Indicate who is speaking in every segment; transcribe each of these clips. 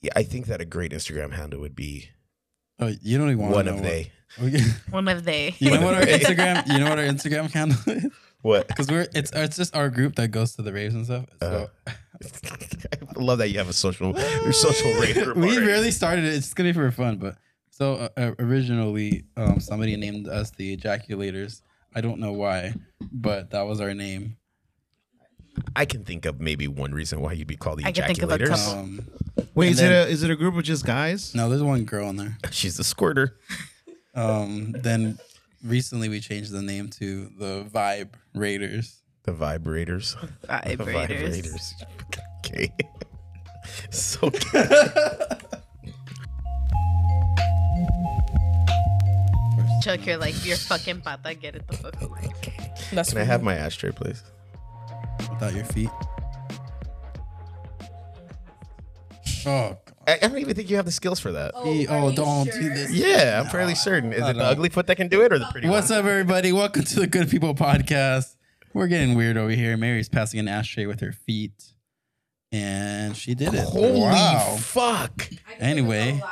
Speaker 1: yeah, I think that a great Instagram handle would be
Speaker 2: Oh, you don't even want
Speaker 1: one
Speaker 2: to know
Speaker 1: of
Speaker 2: what-
Speaker 1: they.
Speaker 2: Okay.
Speaker 3: One of they.
Speaker 2: You know what our
Speaker 1: One of they.
Speaker 2: Instagram? You know what our Instagram handle is?
Speaker 1: What?
Speaker 2: Because we're it's it's just our group that goes to the raves and stuff. So
Speaker 1: I love that you have a social Uh, your social rate.
Speaker 2: we really started it. It's just gonna be for fun, but so uh, uh, originally, um, somebody named us the ejaculators. I don't know why, but that was our name.
Speaker 1: I can think of maybe one reason why you'd be called the
Speaker 3: I can think of a
Speaker 1: ejaculators.
Speaker 3: couple.
Speaker 2: Um,
Speaker 4: Wait,
Speaker 2: And
Speaker 4: is
Speaker 2: then-
Speaker 4: it a is it a group of just guys?
Speaker 2: no, there's one girl in there.
Speaker 1: She's the squirter.
Speaker 2: Um, then recently we changed the name to the Vibe Raiders.
Speaker 1: The vibrators. The
Speaker 3: Vibrators.
Speaker 1: vibrators. Okay. so
Speaker 3: Chuck, you're like, you're fucking pata, get it the fuck away.
Speaker 5: That's
Speaker 1: can I have my ashtray, please?
Speaker 2: Without your feet. Oh,
Speaker 1: I, I don't even think you have the skills for that.
Speaker 2: oh, oh don't do this.
Speaker 1: Yeah, I'm fairly certain. Is it the
Speaker 2: no.
Speaker 1: ugly foot that can do it or the pretty
Speaker 2: What's up, everybody? Welcome to the Good People Podcast. We're getting weird over here. Mary's passing an ashtray with her feet, and she did it.
Speaker 1: one? Holy
Speaker 2: wow.
Speaker 1: fuck.
Speaker 2: Anyway.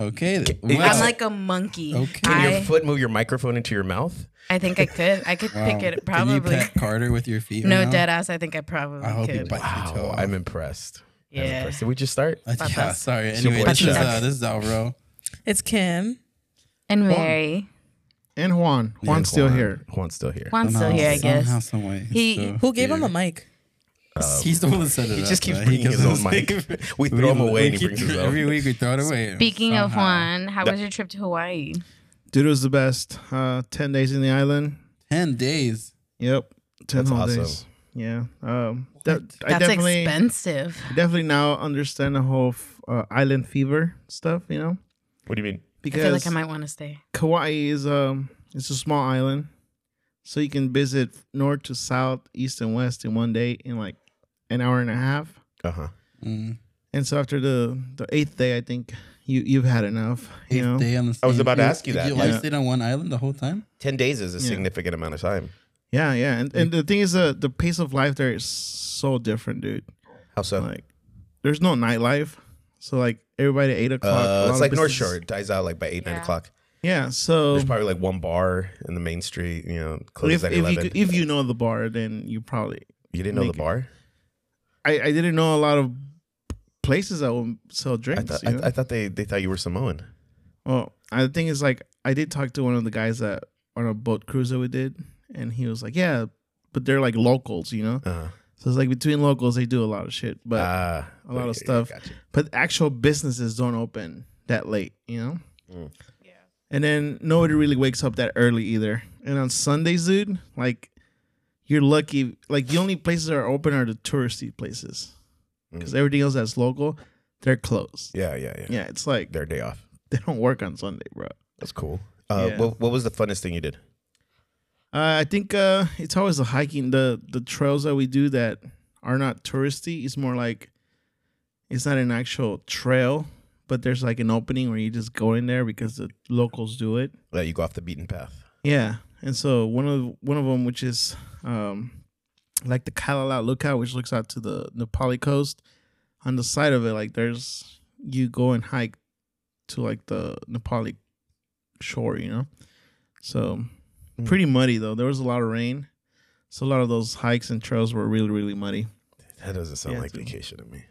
Speaker 2: Okay.
Speaker 3: I'm
Speaker 2: wow.
Speaker 3: like a monkey.
Speaker 2: Okay.
Speaker 1: Can
Speaker 3: I,
Speaker 1: your foot move your microphone into your mouth?
Speaker 3: I think I could. I could
Speaker 2: Wow.
Speaker 3: pick it
Speaker 2: Can you
Speaker 3: probably.
Speaker 2: pet Carter with your feet?
Speaker 3: No
Speaker 2: right now?
Speaker 3: dead ass. I think I probably
Speaker 2: I hope you
Speaker 3: could.
Speaker 2: bite your toe.
Speaker 1: Wow,
Speaker 2: off.
Speaker 1: I'm impressed. I'm
Speaker 3: yeah.
Speaker 1: impressed. Did we just start?
Speaker 2: Uh, yeah,
Speaker 3: Patas.
Speaker 2: sorry.
Speaker 1: It's your
Speaker 2: Anyway,
Speaker 1: boy
Speaker 2: this is,
Speaker 1: Chuck.
Speaker 2: uh, this is Alvaro.
Speaker 5: It's Kim.
Speaker 3: And Mary.
Speaker 4: And Juan. Juan's still
Speaker 1: Juan.
Speaker 4: here.
Speaker 1: Juan's still here.
Speaker 3: Juan's still here, I guess.
Speaker 2: Somehow, some way. He's
Speaker 3: He-
Speaker 2: still
Speaker 5: Who gave him
Speaker 2: here.
Speaker 5: a mic?
Speaker 2: He's the one that set it
Speaker 1: He
Speaker 2: up,
Speaker 1: just keeps
Speaker 2: right?
Speaker 1: bringing
Speaker 2: gives
Speaker 1: his
Speaker 2: us
Speaker 1: own mic.
Speaker 2: like-
Speaker 1: We throw him
Speaker 2: we-
Speaker 1: away and
Speaker 2: we
Speaker 1: he brings
Speaker 2: keep-
Speaker 1: his own.
Speaker 2: Every week we throw it away.
Speaker 3: Speaking of
Speaker 2: somehow.
Speaker 3: Juan, how was your trip to Hawaii?
Speaker 4: Dude was the best. Uh, ten days in the island.
Speaker 2: 10 days.
Speaker 4: Yep. Ten
Speaker 1: That's
Speaker 4: whole
Speaker 1: awesome.
Speaker 4: days. Yeah. Um, that, I
Speaker 3: That's
Speaker 4: definitely
Speaker 3: expensive.
Speaker 4: definitely now understand the whole f- uh, island fever stuff. You know,
Speaker 1: What do you mean?
Speaker 3: I feel
Speaker 4: because
Speaker 3: like I might want to stay.
Speaker 4: Kauai is um it's a small island, so you can visit north to south, east and west in one day in like an hour and a half.
Speaker 1: Uh huh.
Speaker 2: Mm.
Speaker 4: And so after the the eighth day, I think you you've had enough. You
Speaker 2: Eighth
Speaker 4: know,
Speaker 2: day on the
Speaker 1: I was
Speaker 2: same-
Speaker 1: about to
Speaker 2: you-
Speaker 1: ask you that,
Speaker 2: You only
Speaker 4: like-
Speaker 2: stayed on one island the whole time?
Speaker 1: 10 days is a
Speaker 4: Yeah.
Speaker 1: significant amount of time.
Speaker 4: yeah, yeah. And and the thing is, uh, the the pace of life there is so different, dude.
Speaker 1: How so?
Speaker 4: Like, there's no nightlife, so like everybody at eight o'clock.
Speaker 1: uh,
Speaker 4: a lot
Speaker 1: it's
Speaker 4: of
Speaker 1: like North
Speaker 4: businesses-
Speaker 1: Shore. It dies out like by 8, 9
Speaker 3: Yeah.
Speaker 1: o'clock.
Speaker 4: Yeah, so
Speaker 1: There's probably like one bar in the main street, you know, closes
Speaker 4: if,
Speaker 1: at
Speaker 4: if
Speaker 1: 11.
Speaker 4: you
Speaker 1: you,
Speaker 4: if you know the bar, then you probably
Speaker 1: didn't know the
Speaker 4: make it-
Speaker 1: bar?
Speaker 4: I, I didn't know a lot of places that would sell
Speaker 1: I
Speaker 4: drinks.
Speaker 1: thought,
Speaker 4: you know?
Speaker 1: I, I thought they, they thought you were Samoan.
Speaker 4: well, I think it's like I did talk to one of the guys that on a boat cruise that we did, and he was like, "Yeah, but they're like locals, you know."
Speaker 1: Uh,
Speaker 4: So it's like between locals, they do a lot of shit, but
Speaker 1: ah,
Speaker 4: a lot of
Speaker 1: okay,
Speaker 4: stuff.
Speaker 1: gotcha.
Speaker 4: but actual businesses don't open that late, you know.
Speaker 1: Mm.
Speaker 3: Yeah.
Speaker 4: And then nobody really wakes up that early either. And on Sundays, dude, like you're lucky. Like the only places that are open are the touristy places, because everything else that's local, they're closed.
Speaker 1: Yeah, yeah, Mm. yeah.
Speaker 4: Yeah, it's like
Speaker 1: Their day off.
Speaker 4: they don't work on Sunday, bro.
Speaker 1: That's cool. Uh,
Speaker 4: Yeah.
Speaker 1: what, what was the funnest thing you did?
Speaker 4: Uh, I think uh, it's always the hiking, the the trails that we do that are not touristy. It's more like it's not an actual trail, but there's like an opening where you just go in there because the locals do it.
Speaker 1: That you go off the beaten path.
Speaker 4: Yeah, and so one of one of them, which is um, like the Kalalat Lookout, which looks out to the Nepali coast. On the side of it, like there's you go and hike to like the Nepali shore, you know. So
Speaker 1: Mm.
Speaker 4: pretty muddy though. There was a lot of rain, so a lot of those hikes and trails were really really muddy.
Speaker 1: That doesn't sound
Speaker 4: Yeah,
Speaker 1: like
Speaker 4: dude.
Speaker 1: vacation to me.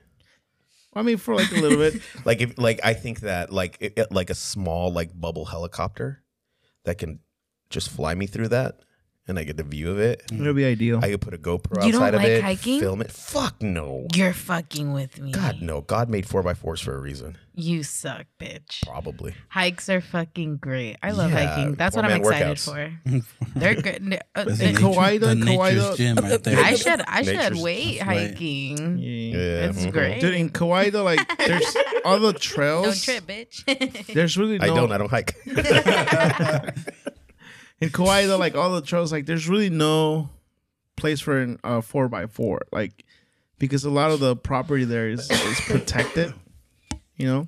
Speaker 4: I mean, for like a little bit.
Speaker 1: Like if like I think that like it, it- like a small like bubble helicopter that can just fly me through that and I get the view of it.
Speaker 4: It'll be ideal.
Speaker 1: I could put a GoPro
Speaker 3: You don't
Speaker 1: outside of
Speaker 3: like
Speaker 1: it,
Speaker 3: hiking?
Speaker 1: film it. Fuck no.
Speaker 3: You're fucking with me.
Speaker 1: God no. God made four by fours for a reason.
Speaker 3: You suck, bitch.
Speaker 1: Probably.
Speaker 3: Hikes are fucking great. I love
Speaker 1: Yeah,
Speaker 3: hiking. That's
Speaker 1: poor
Speaker 3: what I'm
Speaker 1: man
Speaker 3: excited
Speaker 1: workouts.
Speaker 3: for. They're good. Uh,
Speaker 2: That's
Speaker 4: In
Speaker 2: the
Speaker 3: uh,
Speaker 4: Kauai,
Speaker 2: nature-
Speaker 4: though,
Speaker 2: the
Speaker 4: Kauai,
Speaker 2: nature's
Speaker 4: though-
Speaker 2: gym right there.
Speaker 3: I should I should
Speaker 1: Nature's-
Speaker 3: wait
Speaker 2: That's right.
Speaker 3: hiking.
Speaker 4: yeah.
Speaker 1: Yeah.
Speaker 3: It's
Speaker 1: mhm.
Speaker 3: great.
Speaker 4: Dude, in Kauai though, like there's all the trails.
Speaker 3: Don't trip, bitch.
Speaker 4: There's really no,
Speaker 1: Mm-hmm. I don't. I don't hike.
Speaker 4: in Kauai though, like all the trails, like there's really no place for an uh, four by four, like because a lot of the property there is is protected, you know,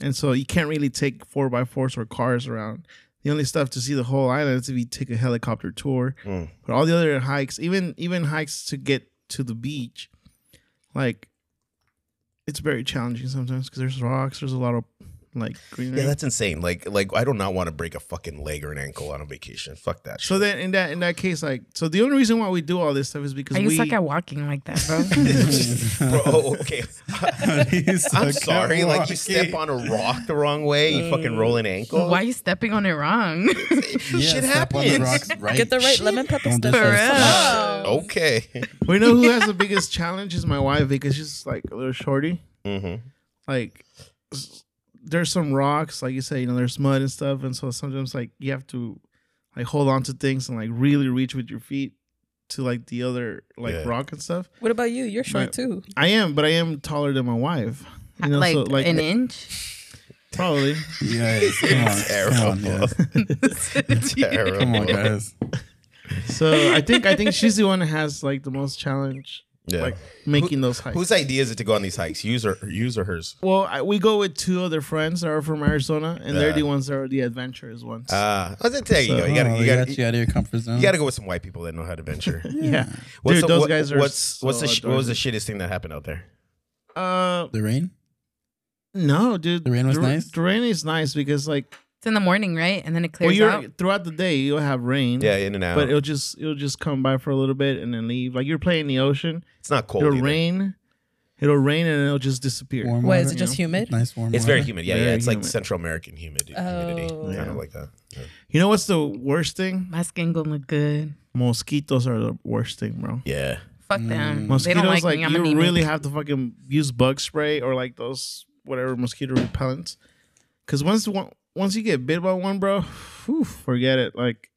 Speaker 4: and so you can't really take four by fours or cars around. The only stuff to see the whole island is if you take a helicopter tour,
Speaker 1: Mm.
Speaker 4: but all the other hikes, even even hikes to get to the beach, like it's very challenging sometimes because there's rocks. There's a lot of like greenery.
Speaker 1: Yeah, that's insane. Like, like I do not want to break a fucking leg or an ankle on a vacation. Fuck that.
Speaker 4: so
Speaker 1: Shit.
Speaker 4: then in that in that case, like, so the only reason why we do all this stuff is because
Speaker 6: I
Speaker 4: we
Speaker 6: you suck at walking like that, bro.
Speaker 1: Bro, oh, okay. I'm
Speaker 2: I'm
Speaker 1: sorry. Like you step on a rock the wrong way, you fucking roll an ankle.
Speaker 6: Why are you stepping on it wrong?
Speaker 1: shit
Speaker 2: On the
Speaker 1: happens.
Speaker 2: rocks, right?
Speaker 5: Get the right lemon pepper
Speaker 2: Don't
Speaker 5: stuff.
Speaker 2: diss us.
Speaker 1: Okay.
Speaker 4: we know who has the biggest challenge is my wife because she's like a little shorty.
Speaker 1: hmm
Speaker 4: Like s- there's some rocks, like you say, you know, there's mud and stuff, and so sometimes like you have to like hold on to things and like really reach with your feet to like the other like
Speaker 1: Yeah.
Speaker 4: rock and stuff.
Speaker 5: What about you? You're short
Speaker 4: Right.
Speaker 5: too.
Speaker 4: I am, but I am taller than my wife. You know,
Speaker 6: like,
Speaker 4: so like
Speaker 6: an inch?
Speaker 4: probably.
Speaker 2: Yes, come on, come on,
Speaker 1: Terrible.
Speaker 2: yes.
Speaker 1: Terrible.
Speaker 2: come on, guys.
Speaker 4: So I think I think she's the one that has like the most challenge
Speaker 1: Yeah.
Speaker 4: like making those hikes.
Speaker 1: Whose idea is it to go on these hikes? Use or use or hers?
Speaker 4: well, I, we go with two other friends that are from Arizona, and they're
Speaker 1: Yeah.
Speaker 4: the ones that are the adventurous ones.
Speaker 1: Ah, I was gonna tell you,
Speaker 4: So-
Speaker 1: you gotta, you
Speaker 2: Oh,
Speaker 1: gotta,
Speaker 2: got you out of your comfort zone.
Speaker 1: you gotta go with some white people that know how to venture.
Speaker 4: yeah,
Speaker 1: What's
Speaker 4: dude,
Speaker 1: the-
Speaker 4: those
Speaker 1: what-
Speaker 4: guys are.
Speaker 1: What's
Speaker 4: so
Speaker 1: what's the sh- what was the
Speaker 4: adorable.
Speaker 1: shittiest thing that happened out there?
Speaker 4: uh,
Speaker 2: the rain.
Speaker 4: no, dude.
Speaker 2: The rain was
Speaker 4: Dur-
Speaker 2: nice?
Speaker 4: The rain is nice because like,
Speaker 6: It's in the morning, right? And then it
Speaker 4: well,
Speaker 6: clears
Speaker 4: you're
Speaker 6: out.
Speaker 4: throughout the day you'll have rain.
Speaker 1: Yeah, in and out.
Speaker 4: But it'll just it'll just come by for a little bit and then leave. Like you're playing in the ocean,
Speaker 1: it's not cold.
Speaker 4: it'll
Speaker 1: either.
Speaker 4: rain, it'll rain and it'll just disappear.
Speaker 2: Warm
Speaker 5: What
Speaker 2: water.
Speaker 5: is it? Just humid?
Speaker 2: Nice warm.
Speaker 1: It's
Speaker 2: water.
Speaker 1: very humid. Yeah, yeah.
Speaker 4: Very
Speaker 1: It's like
Speaker 4: humid.
Speaker 1: Central American humid humidity,
Speaker 5: Oh.
Speaker 1: kind
Speaker 4: Yeah.
Speaker 1: of like that.
Speaker 4: You know what's the worst thing?
Speaker 6: My skin gonna look good.
Speaker 4: Mosquitoes are the worst thing, bro.
Speaker 1: Yeah.
Speaker 6: Fuck them. they
Speaker 1: Mm.
Speaker 4: Mosquitoes,
Speaker 6: don't like,
Speaker 4: like,
Speaker 6: me. I'm
Speaker 4: you
Speaker 6: anemic.
Speaker 4: really have to fucking use bug spray or like those whatever mosquito repellents. Because once one, once you get bit by one, bro, whew, forget it. Like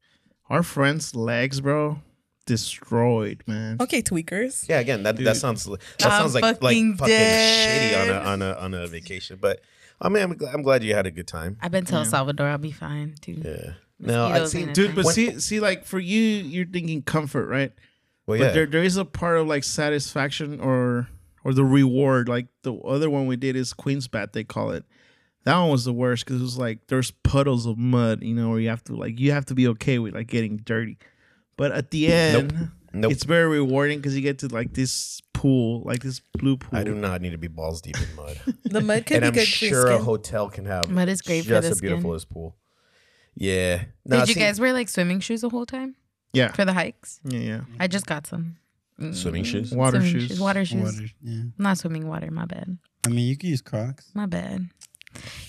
Speaker 4: our friend's legs, bro, destroyed, man.
Speaker 5: Okay, tweakers.
Speaker 1: Yeah, again, that that sounds that sounds like like fucking
Speaker 6: fucking
Speaker 1: shitty on
Speaker 6: dead.
Speaker 1: a on a on a vacation. But I mean, I'm glad, I'm glad you had a good time.
Speaker 6: I've been to El Salvador. I'll be fine, dude.
Speaker 1: Yeah. No, I
Speaker 6: Mosquitoes
Speaker 1: see,
Speaker 6: ain't a
Speaker 4: Dude, but
Speaker 1: When-
Speaker 4: see, see, like for you, you're thinking comfort, right?
Speaker 1: Well,
Speaker 4: but
Speaker 1: yeah.
Speaker 4: there, there is a part of like satisfaction or or the reward. Like the other one we did is Queen's Bat, they call it. That one was the worst because it was like there's puddles of mud, you know, where you have to like you have to be okay with like getting dirty. But at the end,
Speaker 1: Nope.
Speaker 4: it's very rewarding because you get to like this pool, like this blue pool.
Speaker 1: I do not need to be balls deep in mud,
Speaker 5: The mud
Speaker 1: and
Speaker 5: could be
Speaker 1: I'm
Speaker 5: good
Speaker 1: sure
Speaker 5: for your
Speaker 1: a
Speaker 5: skin.
Speaker 1: hotel can have
Speaker 6: Mud is great for
Speaker 1: just
Speaker 6: the
Speaker 1: as beautiful
Speaker 6: skin.
Speaker 1: as pool. Yeah. Nah,
Speaker 6: Did you
Speaker 1: see,
Speaker 6: guys wear like swimming shoes the whole time
Speaker 4: Yeah,
Speaker 6: for the hikes?
Speaker 4: yeah, yeah.
Speaker 6: I just got some. Mm.
Speaker 1: swimming shoes?
Speaker 4: Water
Speaker 6: Swimming
Speaker 4: shoes.
Speaker 6: Water shoes.
Speaker 2: Water. Yeah.
Speaker 6: Not swimming water. My bad.
Speaker 2: I mean, you could use Crocs.
Speaker 6: My bad.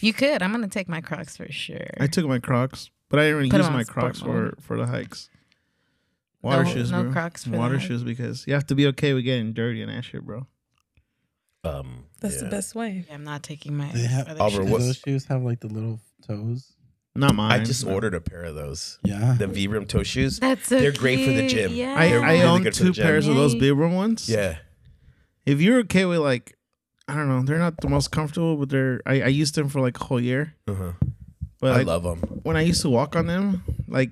Speaker 6: You could. I'm gonna take my Crocs for sure.
Speaker 4: I took my Crocs, but I didn't really
Speaker 6: Put 'em
Speaker 4: use
Speaker 6: on
Speaker 4: my
Speaker 6: sport
Speaker 4: Crocs for
Speaker 6: mode.
Speaker 4: for the hikes. Water
Speaker 6: No-
Speaker 4: shoes,
Speaker 6: no
Speaker 4: bro.
Speaker 6: Crocs for the
Speaker 4: Water
Speaker 6: hike.
Speaker 4: shoes because you have to be okay with getting dirty and that shit, bro.
Speaker 1: Um,
Speaker 5: That's
Speaker 1: yeah.
Speaker 5: the best way.
Speaker 6: I'm not taking my.
Speaker 2: They have-
Speaker 6: other
Speaker 1: Albert,
Speaker 6: shoes.
Speaker 2: Do
Speaker 1: what's-
Speaker 2: those shoes have like the little toes?
Speaker 4: Not mine.
Speaker 1: I just ordered a pair of those.
Speaker 2: Yeah.
Speaker 1: The Vibram toe shoes.
Speaker 6: That's so
Speaker 1: They're great for the
Speaker 6: cute.
Speaker 1: gym.
Speaker 6: Yeah.
Speaker 4: I,
Speaker 1: They're
Speaker 4: I
Speaker 1: really
Speaker 4: own
Speaker 1: good for the
Speaker 4: two
Speaker 1: gym.
Speaker 4: pairs of those
Speaker 6: Yay.
Speaker 4: Vibram ones.
Speaker 1: Yeah.
Speaker 4: If you're okay with like, I don't know, they're not the most comfortable, but they're I, I used them for like a whole year.
Speaker 1: Uh-huh.
Speaker 4: But
Speaker 1: I
Speaker 4: like,
Speaker 1: love them.
Speaker 4: when I used to walk on them, like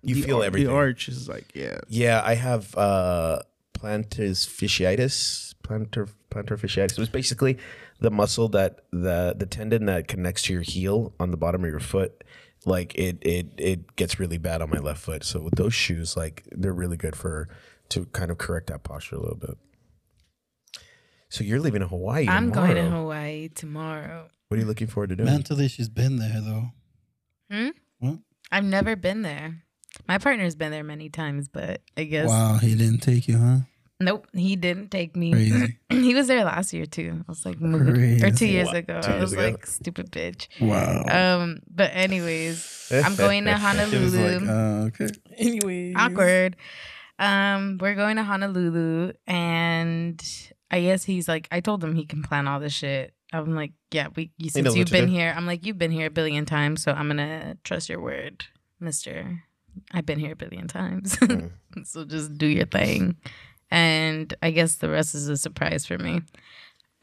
Speaker 1: You
Speaker 4: the
Speaker 1: feel
Speaker 4: ar-
Speaker 1: everything.
Speaker 4: The arch is like yeah.
Speaker 1: Yeah, I have uh, plantis fasciitis. Plantar plantar fasciitis. It was basically the muscle that the the tendon that connects to your heel on the bottom of your foot. Like it it it gets really bad on my left foot. So with those shoes, like they're really good for to kind of correct that posture a little bit. So you're leaving Hawaii.
Speaker 6: I'm going to
Speaker 1: tomorrow.
Speaker 6: Hawaii tomorrow.
Speaker 1: What are you looking forward to doing?
Speaker 2: Mentally, she's been there though.
Speaker 6: Hmm?
Speaker 2: What?
Speaker 6: I've never been there. My partner's been there many times, but I guess
Speaker 2: Wow, he didn't take you, huh?
Speaker 6: nope, he didn't take me.
Speaker 2: Crazy.
Speaker 6: he was there last year too. I was like, mm, or
Speaker 2: Crazy.
Speaker 6: two years
Speaker 1: What?
Speaker 6: ago.
Speaker 1: Two
Speaker 6: I
Speaker 1: years
Speaker 6: was
Speaker 1: ago?
Speaker 6: like, stupid bitch.
Speaker 2: Wow.
Speaker 6: Um, but anyways, I'm going to
Speaker 2: It was
Speaker 6: Honolulu.
Speaker 2: like, uh, okay.
Speaker 5: Anyway.
Speaker 1: Mm-hmm.
Speaker 6: Awkward. Um, we're going to Honolulu, and I guess he's like, I told him he can plan all this shit. I'm like, yeah, we. You,
Speaker 1: knows
Speaker 6: since
Speaker 1: what
Speaker 6: you've
Speaker 1: to
Speaker 6: been
Speaker 1: do.
Speaker 6: here, I'm like, you've been here a billion times, so I'm gonna trust your word, Mister. I've been here a billion times,
Speaker 1: Hmm.
Speaker 6: so just do your thing. And I guess the rest is a surprise for me.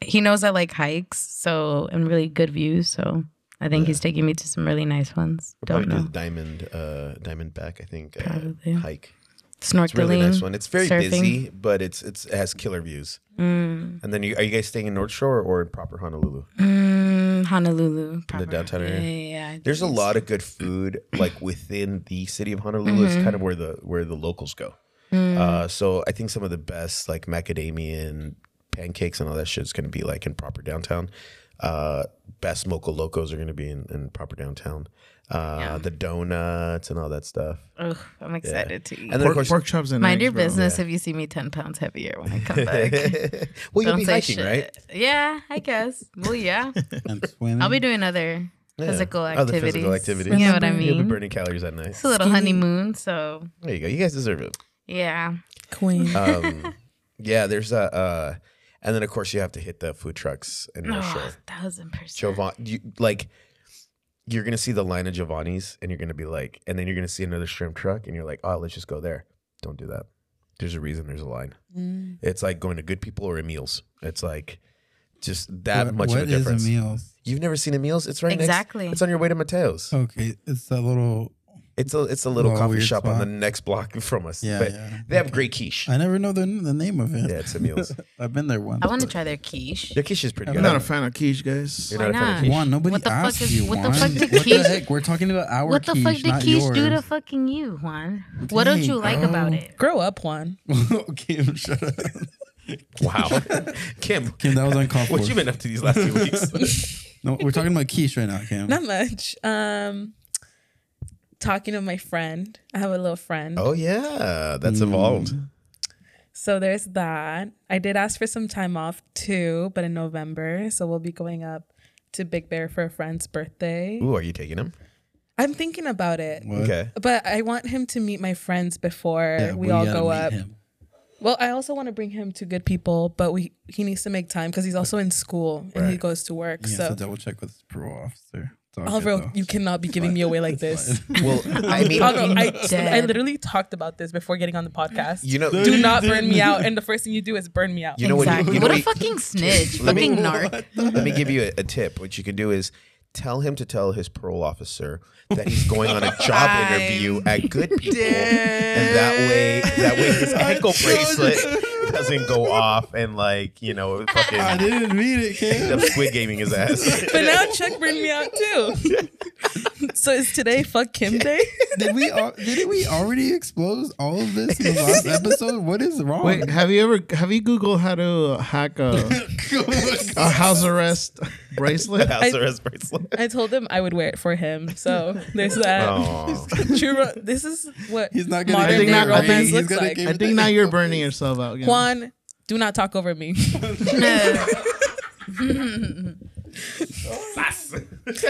Speaker 6: He knows I like hikes, so and really good views, so I think he's taking me to some really nice ones.
Speaker 1: We'll
Speaker 6: Don't
Speaker 1: probably do
Speaker 6: know.
Speaker 1: the diamond uh, diamond back. I think
Speaker 6: Probably.
Speaker 1: uh, hike.
Speaker 6: Snorkeling.
Speaker 1: It's a really nice one. It's very
Speaker 6: surfing.
Speaker 1: busy, but it's it's it has killer views.
Speaker 6: Mm.
Speaker 1: And then you, are you guys staying in North Shore or in proper Honolulu?
Speaker 6: Mm, Honolulu.
Speaker 1: In the
Speaker 6: proper.
Speaker 1: downtown area?
Speaker 6: Yeah, yeah, yeah.
Speaker 1: There's a lot of good food like within the city of Honolulu.
Speaker 6: Mm-hmm.
Speaker 1: It's kind of
Speaker 6: Mm.
Speaker 1: where the where the locals go. Uh, so I think some of the best like macadamian pancakes and all that shit's going to be like in proper downtown. Uh, best mocha locos are going to be in, in proper downtown. Uh,
Speaker 6: Yeah.
Speaker 1: The donuts and all that stuff.
Speaker 6: Ugh, I'm excited to eat.
Speaker 1: And then
Speaker 4: Pork,
Speaker 1: of course,
Speaker 4: pork chops and
Speaker 6: Mind
Speaker 4: eggs,
Speaker 6: your
Speaker 4: bro.
Speaker 6: business if you see me 10 pounds heavier when I come back.
Speaker 1: well, you'll
Speaker 6: Don't
Speaker 1: be
Speaker 6: say
Speaker 1: hiking,
Speaker 6: shit.
Speaker 1: right?
Speaker 6: Yeah, I guess. Well, yeah.
Speaker 2: I'm swimming.
Speaker 6: I'll be doing other
Speaker 1: Yeah.
Speaker 6: physical
Speaker 1: Other
Speaker 6: activities.
Speaker 1: physical activities.
Speaker 6: You know what I
Speaker 5: Remember-
Speaker 1: You'll be
Speaker 6: mean?
Speaker 1: burning calories that night.
Speaker 6: It's a little
Speaker 5: Skiing.
Speaker 6: honeymoon, so
Speaker 1: There you go. You guys deserve it.
Speaker 6: yeah.
Speaker 5: Queen.
Speaker 1: Um, yeah, there's a, uh, and then of course you have to hit the food trucks in the show.
Speaker 6: Oh, thousand percent.
Speaker 1: Giovanni, you, like you're gonna see the line of Giovanni's, and you're gonna be like, and then you're gonna see another shrimp truck, and you're like, oh, let's just go there. Don't do that. There's a reason there's a line.
Speaker 5: Mm.
Speaker 1: It's like going to good people or Emil's. It's like just that
Speaker 2: What-
Speaker 1: much
Speaker 2: what
Speaker 1: of a
Speaker 2: is
Speaker 1: difference.
Speaker 2: meals?
Speaker 1: You've never seen Emil's? It's right
Speaker 6: Exactly.
Speaker 1: next. It's on your way to Mateo's.
Speaker 2: Okay, it's that little.
Speaker 1: It's a it's a little
Speaker 2: Oh,
Speaker 1: coffee
Speaker 2: weird
Speaker 1: shop on
Speaker 2: spot.
Speaker 1: the next block from us.
Speaker 2: Yeah,
Speaker 1: but
Speaker 2: yeah.
Speaker 1: They have great quiche.
Speaker 2: I never know the, the name of it.
Speaker 1: Yeah, it's Emil's.
Speaker 2: I've been there once.
Speaker 6: I want to try their quiche.
Speaker 1: Their quiche is pretty
Speaker 4: I'm
Speaker 1: good.
Speaker 4: not a fan of quiche, guys.
Speaker 1: You're not a fan of
Speaker 6: Why not?
Speaker 1: quiche.
Speaker 2: Juan, nobody
Speaker 6: What the fuck
Speaker 2: asked
Speaker 6: is-
Speaker 2: you.
Speaker 6: what the
Speaker 2: Juan.
Speaker 6: fuck did
Speaker 2: what
Speaker 6: quiche-
Speaker 2: the heck? We're talking about our
Speaker 6: What the
Speaker 2: quiche,
Speaker 6: fuck did
Speaker 2: not
Speaker 6: quiche
Speaker 2: yours.
Speaker 6: do to fucking you, Juan? What don't
Speaker 2: Dang,
Speaker 6: you like
Speaker 2: bro.
Speaker 6: about it?
Speaker 5: Grow up, Juan.
Speaker 2: okay, shut up.
Speaker 1: Wow, Kim,
Speaker 2: Kim, that was uncalled for.
Speaker 1: what you been up to these last few weeks?
Speaker 2: No, we're talking about quiche right now, Kim.
Speaker 5: Not much. Um, talking to my friend. I have a little friend.
Speaker 1: oh yeah,
Speaker 2: Hmm.
Speaker 1: that's evolved.
Speaker 5: So there's that. I did ask for some time off too, but in November. So we'll be going up to Big Bear for a friend's birthday.
Speaker 1: Ooh, are you taking him?
Speaker 5: I'm thinking about it.
Speaker 2: What?
Speaker 1: Okay.
Speaker 5: But I want him to meet my friends before
Speaker 2: Yeah,
Speaker 5: we, all
Speaker 2: gotta
Speaker 5: go
Speaker 2: meet
Speaker 5: up.
Speaker 2: him.
Speaker 5: Well, I also want to bring him to good people, but we he needs to make time because he's also in school and he
Speaker 1: Right.
Speaker 5: goes to work.
Speaker 2: He has
Speaker 5: so
Speaker 2: to double check with his parole officer. It's all good,
Speaker 5: Alvaro,
Speaker 2: though.
Speaker 5: you cannot be giving me away like this.
Speaker 1: Well, I mean,
Speaker 5: Alvaro, I, I
Speaker 6: Dead.
Speaker 5: literally talked about this before getting on the podcast.
Speaker 1: you know,
Speaker 5: do not burn me out, and the first thing you do is burn me out.
Speaker 1: You know what-
Speaker 6: exactly.
Speaker 1: you know
Speaker 6: what,
Speaker 1: what-
Speaker 6: a fucking snitch.
Speaker 1: Let me-
Speaker 6: fucking narc.
Speaker 1: let me give you a, a tip. What you can do is tell him to tell his parole officer that he's going on a job
Speaker 6: Time.
Speaker 1: interview at Good People, and that way, that way his ankle bracelet doesn't go off, and like you know,
Speaker 2: I
Speaker 1: fucking
Speaker 2: didn't mean it,
Speaker 1: end up
Speaker 2: Kim.
Speaker 1: squid gaming his ass.
Speaker 5: but now Chuck burned me out too. so is today fuck Kim day?
Speaker 2: Did we? al- Didn't we already expose all of this in the last episode? What is wrong?
Speaker 4: Wait, have you ever have you Googled how to hack a, a house arrest bracelet?
Speaker 1: House arrest bracelet.
Speaker 5: I told him I would wear it for him. So there's that.
Speaker 1: Oh,
Speaker 5: True. ro- This is what
Speaker 2: He's not gonna
Speaker 5: modern
Speaker 4: give
Speaker 5: day
Speaker 4: it away.
Speaker 5: romance
Speaker 4: He's
Speaker 5: looks
Speaker 2: gonna
Speaker 5: like.
Speaker 2: give
Speaker 4: I think now you're burning yourself out. Again.
Speaker 5: Juan, do not talk over me.
Speaker 6: No.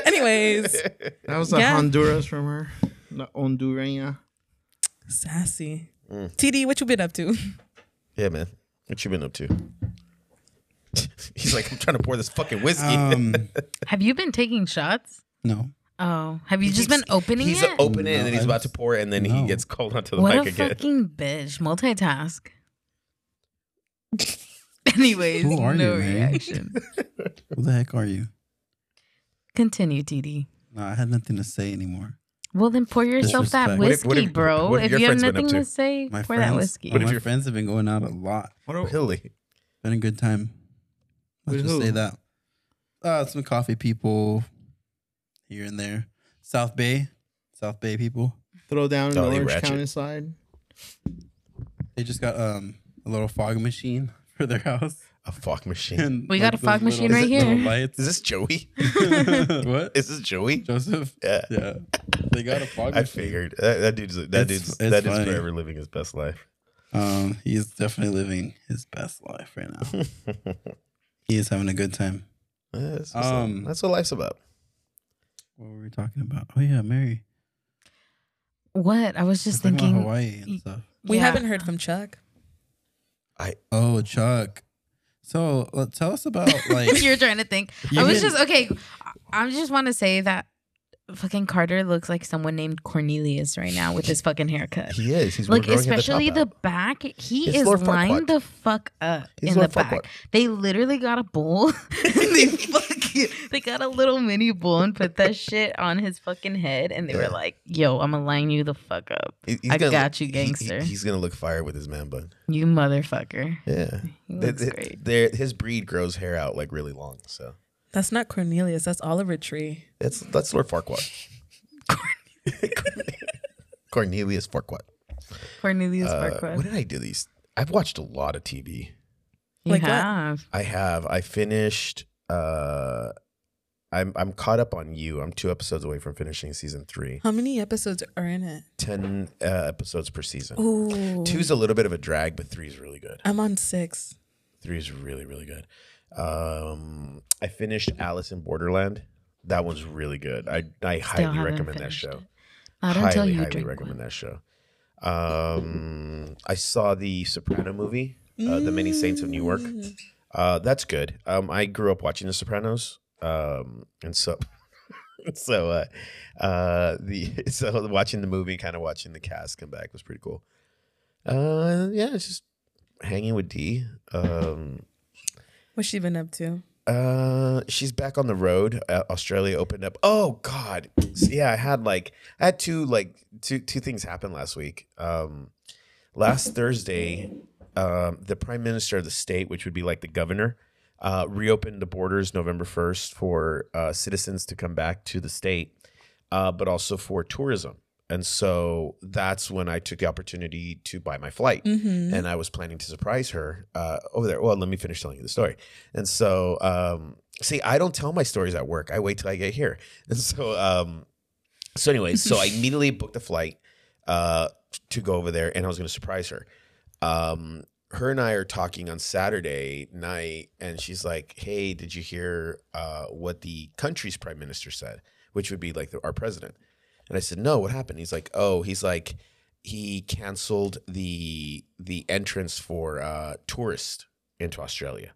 Speaker 5: Anyways,
Speaker 4: That was a
Speaker 5: Yeah.
Speaker 4: Honduras from her. La Hondureña.
Speaker 5: sassy. TD, what you been up to?
Speaker 1: yeah, man. What you been up to? He's like, I'm trying to pour this fucking whiskey.
Speaker 2: Um,
Speaker 6: Have you been taking shots?
Speaker 2: no.
Speaker 6: Oh, have you
Speaker 1: He
Speaker 6: just
Speaker 1: keeps-
Speaker 6: been opening
Speaker 1: he's
Speaker 6: it?
Speaker 1: opening it, and then
Speaker 2: No,
Speaker 1: he's
Speaker 2: I
Speaker 1: about to
Speaker 2: just-
Speaker 1: pour, it, and then he
Speaker 2: no.
Speaker 1: gets called onto the
Speaker 6: what
Speaker 1: mic
Speaker 6: a
Speaker 1: again.
Speaker 6: fucking bitch. Multitask. Anyways,
Speaker 2: Who are
Speaker 6: no
Speaker 2: you, man?
Speaker 6: reaction.
Speaker 2: Who the heck are you?
Speaker 6: Continue, TD.
Speaker 2: No, I had nothing to say anymore.
Speaker 6: Well, then pour yourself that
Speaker 2: Disrespect. What
Speaker 1: if-
Speaker 6: whiskey,
Speaker 1: what if-
Speaker 6: bro.
Speaker 1: what have
Speaker 6: if
Speaker 1: your
Speaker 6: you have
Speaker 1: friends been up
Speaker 6: nothing
Speaker 1: to?
Speaker 6: to say,
Speaker 2: My
Speaker 6: pour
Speaker 2: friends,
Speaker 6: that whiskey.
Speaker 2: all my friends have been going out a lot.
Speaker 4: What are,
Speaker 1: Really?
Speaker 2: Been a good time. Let's
Speaker 4: With
Speaker 2: just
Speaker 4: who?
Speaker 2: say that. Uh, some coffee people here and there. South Bay, South Bay people.
Speaker 4: throw down in
Speaker 1: Oh, they
Speaker 4: Orange
Speaker 1: ratchet.
Speaker 4: County side?
Speaker 2: They just got um a little fog machine for their house.
Speaker 1: A fog machine.
Speaker 2: And
Speaker 6: We got a
Speaker 2: those
Speaker 6: fog machine right
Speaker 2: little
Speaker 6: here.
Speaker 1: Is this Joey?
Speaker 2: Lights. what?
Speaker 1: Is this Joey?
Speaker 2: Joseph?
Speaker 1: Yeah.
Speaker 2: Yeah. They got a fog
Speaker 1: I
Speaker 2: machine.
Speaker 1: figured that, that dude's that
Speaker 2: It's-
Speaker 1: dude's
Speaker 2: it's
Speaker 1: that dude's
Speaker 2: funny.
Speaker 1: forever living his best life.
Speaker 2: Um, he's definitely living his best life right now. he is having a good time.
Speaker 1: That's,
Speaker 2: Um,
Speaker 1: that's what life's about.
Speaker 2: What were we talking about? Oh yeah, Mary.
Speaker 6: What? I was just
Speaker 2: We're talking about
Speaker 6: thinking.
Speaker 2: Hawaii and stuff.
Speaker 5: We
Speaker 6: Yeah.
Speaker 5: haven't heard from Chuck.
Speaker 2: Oh, Chuck. So uh, tell us about like
Speaker 6: You're trying to think.
Speaker 2: You
Speaker 6: I was
Speaker 2: didn't-
Speaker 6: just okay. I- I just want to say that fucking Carter looks like someone named Cornelius right now with his fucking haircut.
Speaker 1: He is. He's
Speaker 6: Like
Speaker 1: growing at
Speaker 6: especially
Speaker 1: top
Speaker 6: the
Speaker 1: out.
Speaker 6: back, he
Speaker 1: He's
Speaker 6: is
Speaker 1: Lord
Speaker 6: lined
Speaker 1: Farquaad.
Speaker 6: the fuck up
Speaker 1: He's
Speaker 6: in
Speaker 1: Lord
Speaker 6: the back.
Speaker 1: Farquaad.
Speaker 6: They literally got a bowl. and they fucking they got a little mini bowl and put that shit on his fucking head, and they
Speaker 1: Yeah.
Speaker 6: were like, "Yo, I'm gonna line you the fuck up,
Speaker 1: He- he's
Speaker 6: I
Speaker 1: gonna
Speaker 6: got
Speaker 1: look-
Speaker 6: you,
Speaker 1: he-
Speaker 6: gangster.
Speaker 1: he- he's gonna look fire with his man bun.
Speaker 6: you motherfucker."
Speaker 1: Yeah.
Speaker 6: He
Speaker 1: They-
Speaker 6: looks
Speaker 1: they-
Speaker 6: great.
Speaker 1: they're- his breed grows hair out like really long. So
Speaker 5: That's not Cornelius. That's Oliver Tree.
Speaker 1: that's that's Lord Farquaad. Cornelius Farquaad.
Speaker 6: Cornelius
Speaker 1: Uh,
Speaker 6: Farquaad.
Speaker 1: what did I do these? I've watched a lot of TV.
Speaker 6: You
Speaker 5: Like what?
Speaker 6: have.
Speaker 1: I have. I finished. Uh, I'm I'm caught up on you. I'm two episodes away from finishing season three.
Speaker 5: How many episodes are in it?
Speaker 1: Ten uh, episodes per season.
Speaker 5: Ooh.
Speaker 1: Two's a little bit of a drag, but three's really good.
Speaker 5: I'm on six.
Speaker 1: Three's really really good. Um, I finished Alice in Borderland. That one's really good. I I highly
Speaker 6: haven't
Speaker 1: recommend that
Speaker 6: finished
Speaker 1: show.
Speaker 6: it. Not until
Speaker 1: highly
Speaker 6: you
Speaker 1: highly
Speaker 6: drink
Speaker 1: recommend
Speaker 6: one.
Speaker 1: that show. Um, I saw the Soprano movie, uh, The Many Saints of Newark.
Speaker 6: Mm.
Speaker 1: Uh, that's good. Um, I grew up watching The Sopranos, um, and so so uh, uh, the so watching the movie, kind of watching the cast come back was pretty cool. Uh, yeah, it's just hanging with D. Um,
Speaker 5: What's she been up to?
Speaker 1: uh, she's back on the road. Uh, Australia opened up. Oh God, So, yeah. I had like I had two like two two things happen last week. Um, last Thursday, um, the Prime Minister of the state, which would be like the governor, uh, reopened the borders November first for uh, citizens to come back to the state, uh, but also for tourism. And so that's when I took the opportunity to buy my flight
Speaker 5: Mm-hmm.
Speaker 1: and I was planning to surprise her uh, over there. Well, let me finish telling you the story. And so, um, see, I don't tell my stories at work. I wait till I get here. And so, um, so anyway, so I immediately booked a flight uh, to go over there, and I was going to surprise her. Um, her and I are talking on Saturday night, and she's like, "Hey, did you hear uh, what the country's prime minister said?" Which would be like the, our president. And I said, "No, what happened?" He's like, "Oh, he's like." he canceled the the entrance for uh, tourists into Australia.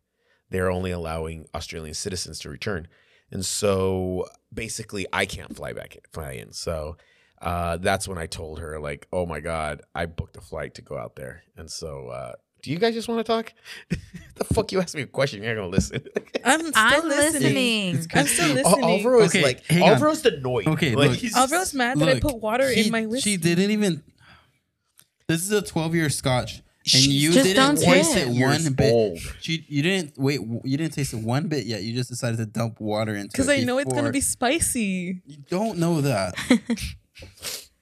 Speaker 1: They're only allowing Australian citizens to return, and so basically, I can't fly back fly in. So uh, that's when I told her, like, "Oh my god, I booked a flight to go out there." And so, uh, do you guys just want to talk? the fuck, you asked me a question, you're not gonna listen.
Speaker 5: I'm still
Speaker 6: I'm
Speaker 5: listening.
Speaker 6: listening.
Speaker 2: It's
Speaker 5: I'm
Speaker 2: good.
Speaker 5: still
Speaker 1: Al-
Speaker 5: listening.
Speaker 1: Alvaro is
Speaker 2: Okay,
Speaker 1: like
Speaker 2: hang on.
Speaker 1: Alvaro's the noise.
Speaker 2: Okay,
Speaker 1: like,
Speaker 2: look.
Speaker 1: he's-
Speaker 5: Alvaro's mad that I
Speaker 2: Look,
Speaker 5: put water
Speaker 2: she-
Speaker 5: in my whiskey.
Speaker 2: She didn't even. This is a 12 year scotch, and you
Speaker 6: Just
Speaker 2: didn't
Speaker 6: don't
Speaker 2: taste
Speaker 6: sip.
Speaker 2: it
Speaker 1: Years
Speaker 2: one bit.
Speaker 1: old.
Speaker 2: She, you didn't wait. You didn't taste it one bit yet. You just decided to dump water into it.
Speaker 5: Because I know it's gonna
Speaker 2: before-
Speaker 5: be spicy.
Speaker 2: You don't know that.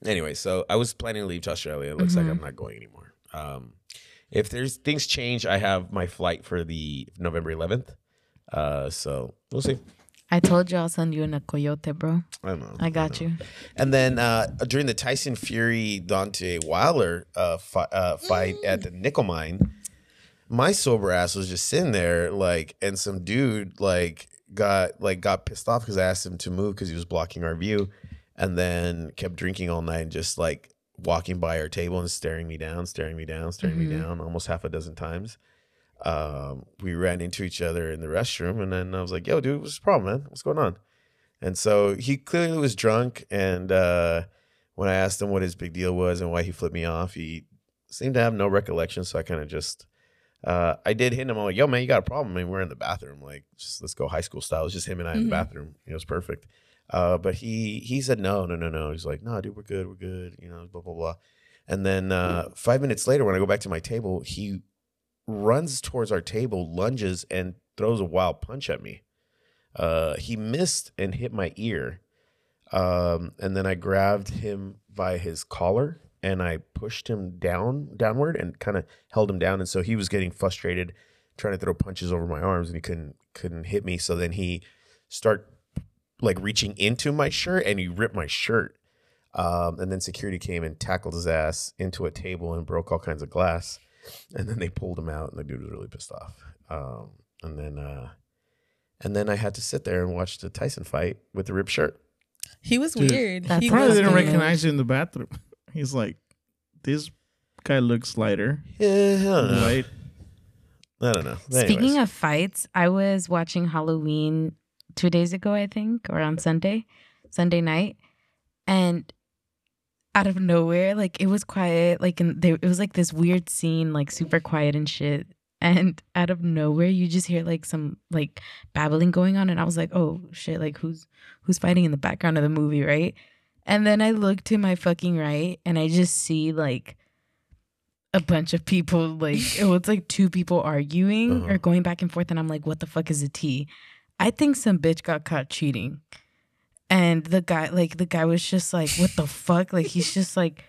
Speaker 1: Anyway, so I was planning to leave to Australia. It looks like I'm not going anymore. Um, if there's things change, I have my flight for the November 11th. Uh, so we'll see.
Speaker 6: I told you I'll send you in a coyote, bro.
Speaker 1: I don't know.
Speaker 6: I got you.
Speaker 1: And then uh, during the Tyson Fury Dante Wilder uh, fi- uh, fight at the nickel mine, my sober ass was just sitting there like, and some dude like got like got pissed off because I asked him to move because he was blocking our view, and then kept drinking all night and just like walking by our table and staring me down, staring me down, staring me
Speaker 6: Mhm.
Speaker 1: down, almost half a dozen times. Um, we ran into each other in the restroom, and then I was like, "Yo, dude, what's the problem, man? What's going on?" And so he clearly was drunk. And uh, when I asked him what his big deal was and why he flipped me off, he seemed to have no recollection. So I kind of just, uh, I did hit him. I'm like, yo, man, you got a problem. And we're in the bathroom. Like, just, let's go high school style. It was just him and I in the
Speaker 5: Mhm.
Speaker 1: bathroom. It was perfect. Uh, but he he said no no no no. He's like no dude we're good we're good you know blah blah blah. And then uh, five minutes later when I go back to my table he runs towards our table lunges and throws a wild punch at me. Uh, he missed and hit my ear. Um, and then I grabbed him by his collar and I pushed him down, downward, and kind of held him down. And so he was getting frustrated, trying to throw punches over my arms, and he couldn't couldn't hit me. So then he start like reaching into my shirt, and he ripped my shirt. Um, and then security came and tackled his ass into a table and broke all kinds of glass. And then they pulled him out, and the dude was really pissed off. Um, and then uh, and then I had to sit there and watch the Tyson fight with the ripped shirt.
Speaker 5: He was
Speaker 4: Dude,
Speaker 5: weird.
Speaker 6: that's
Speaker 5: He
Speaker 6: not
Speaker 4: Probably
Speaker 5: was
Speaker 4: didn't
Speaker 6: good.
Speaker 5: weird.
Speaker 4: recognize you in the bathroom. He's like, this guy looks lighter,
Speaker 1: Yeah, I don't know.
Speaker 4: right?
Speaker 1: I don't know.
Speaker 6: Speaking of fights, I was watching Halloween two days ago, I think, or on Sunday, Sunday night, and out of nowhere, like it was quiet, like and there, it was like this weird scene, like super quiet and shit. And out of nowhere, you just hear like some like babbling going on, and I was like, "Oh shit! Like who's who's fighting in the background of the movie, right?" And then I look to my fucking right, and I just see like a bunch of people like it was like two people arguing
Speaker 1: Uh-huh.
Speaker 6: or going back and forth and I'm like what the fuck is a T? I think some bitch got caught cheating. And the guy like the guy was just like what the fuck? Like he's just like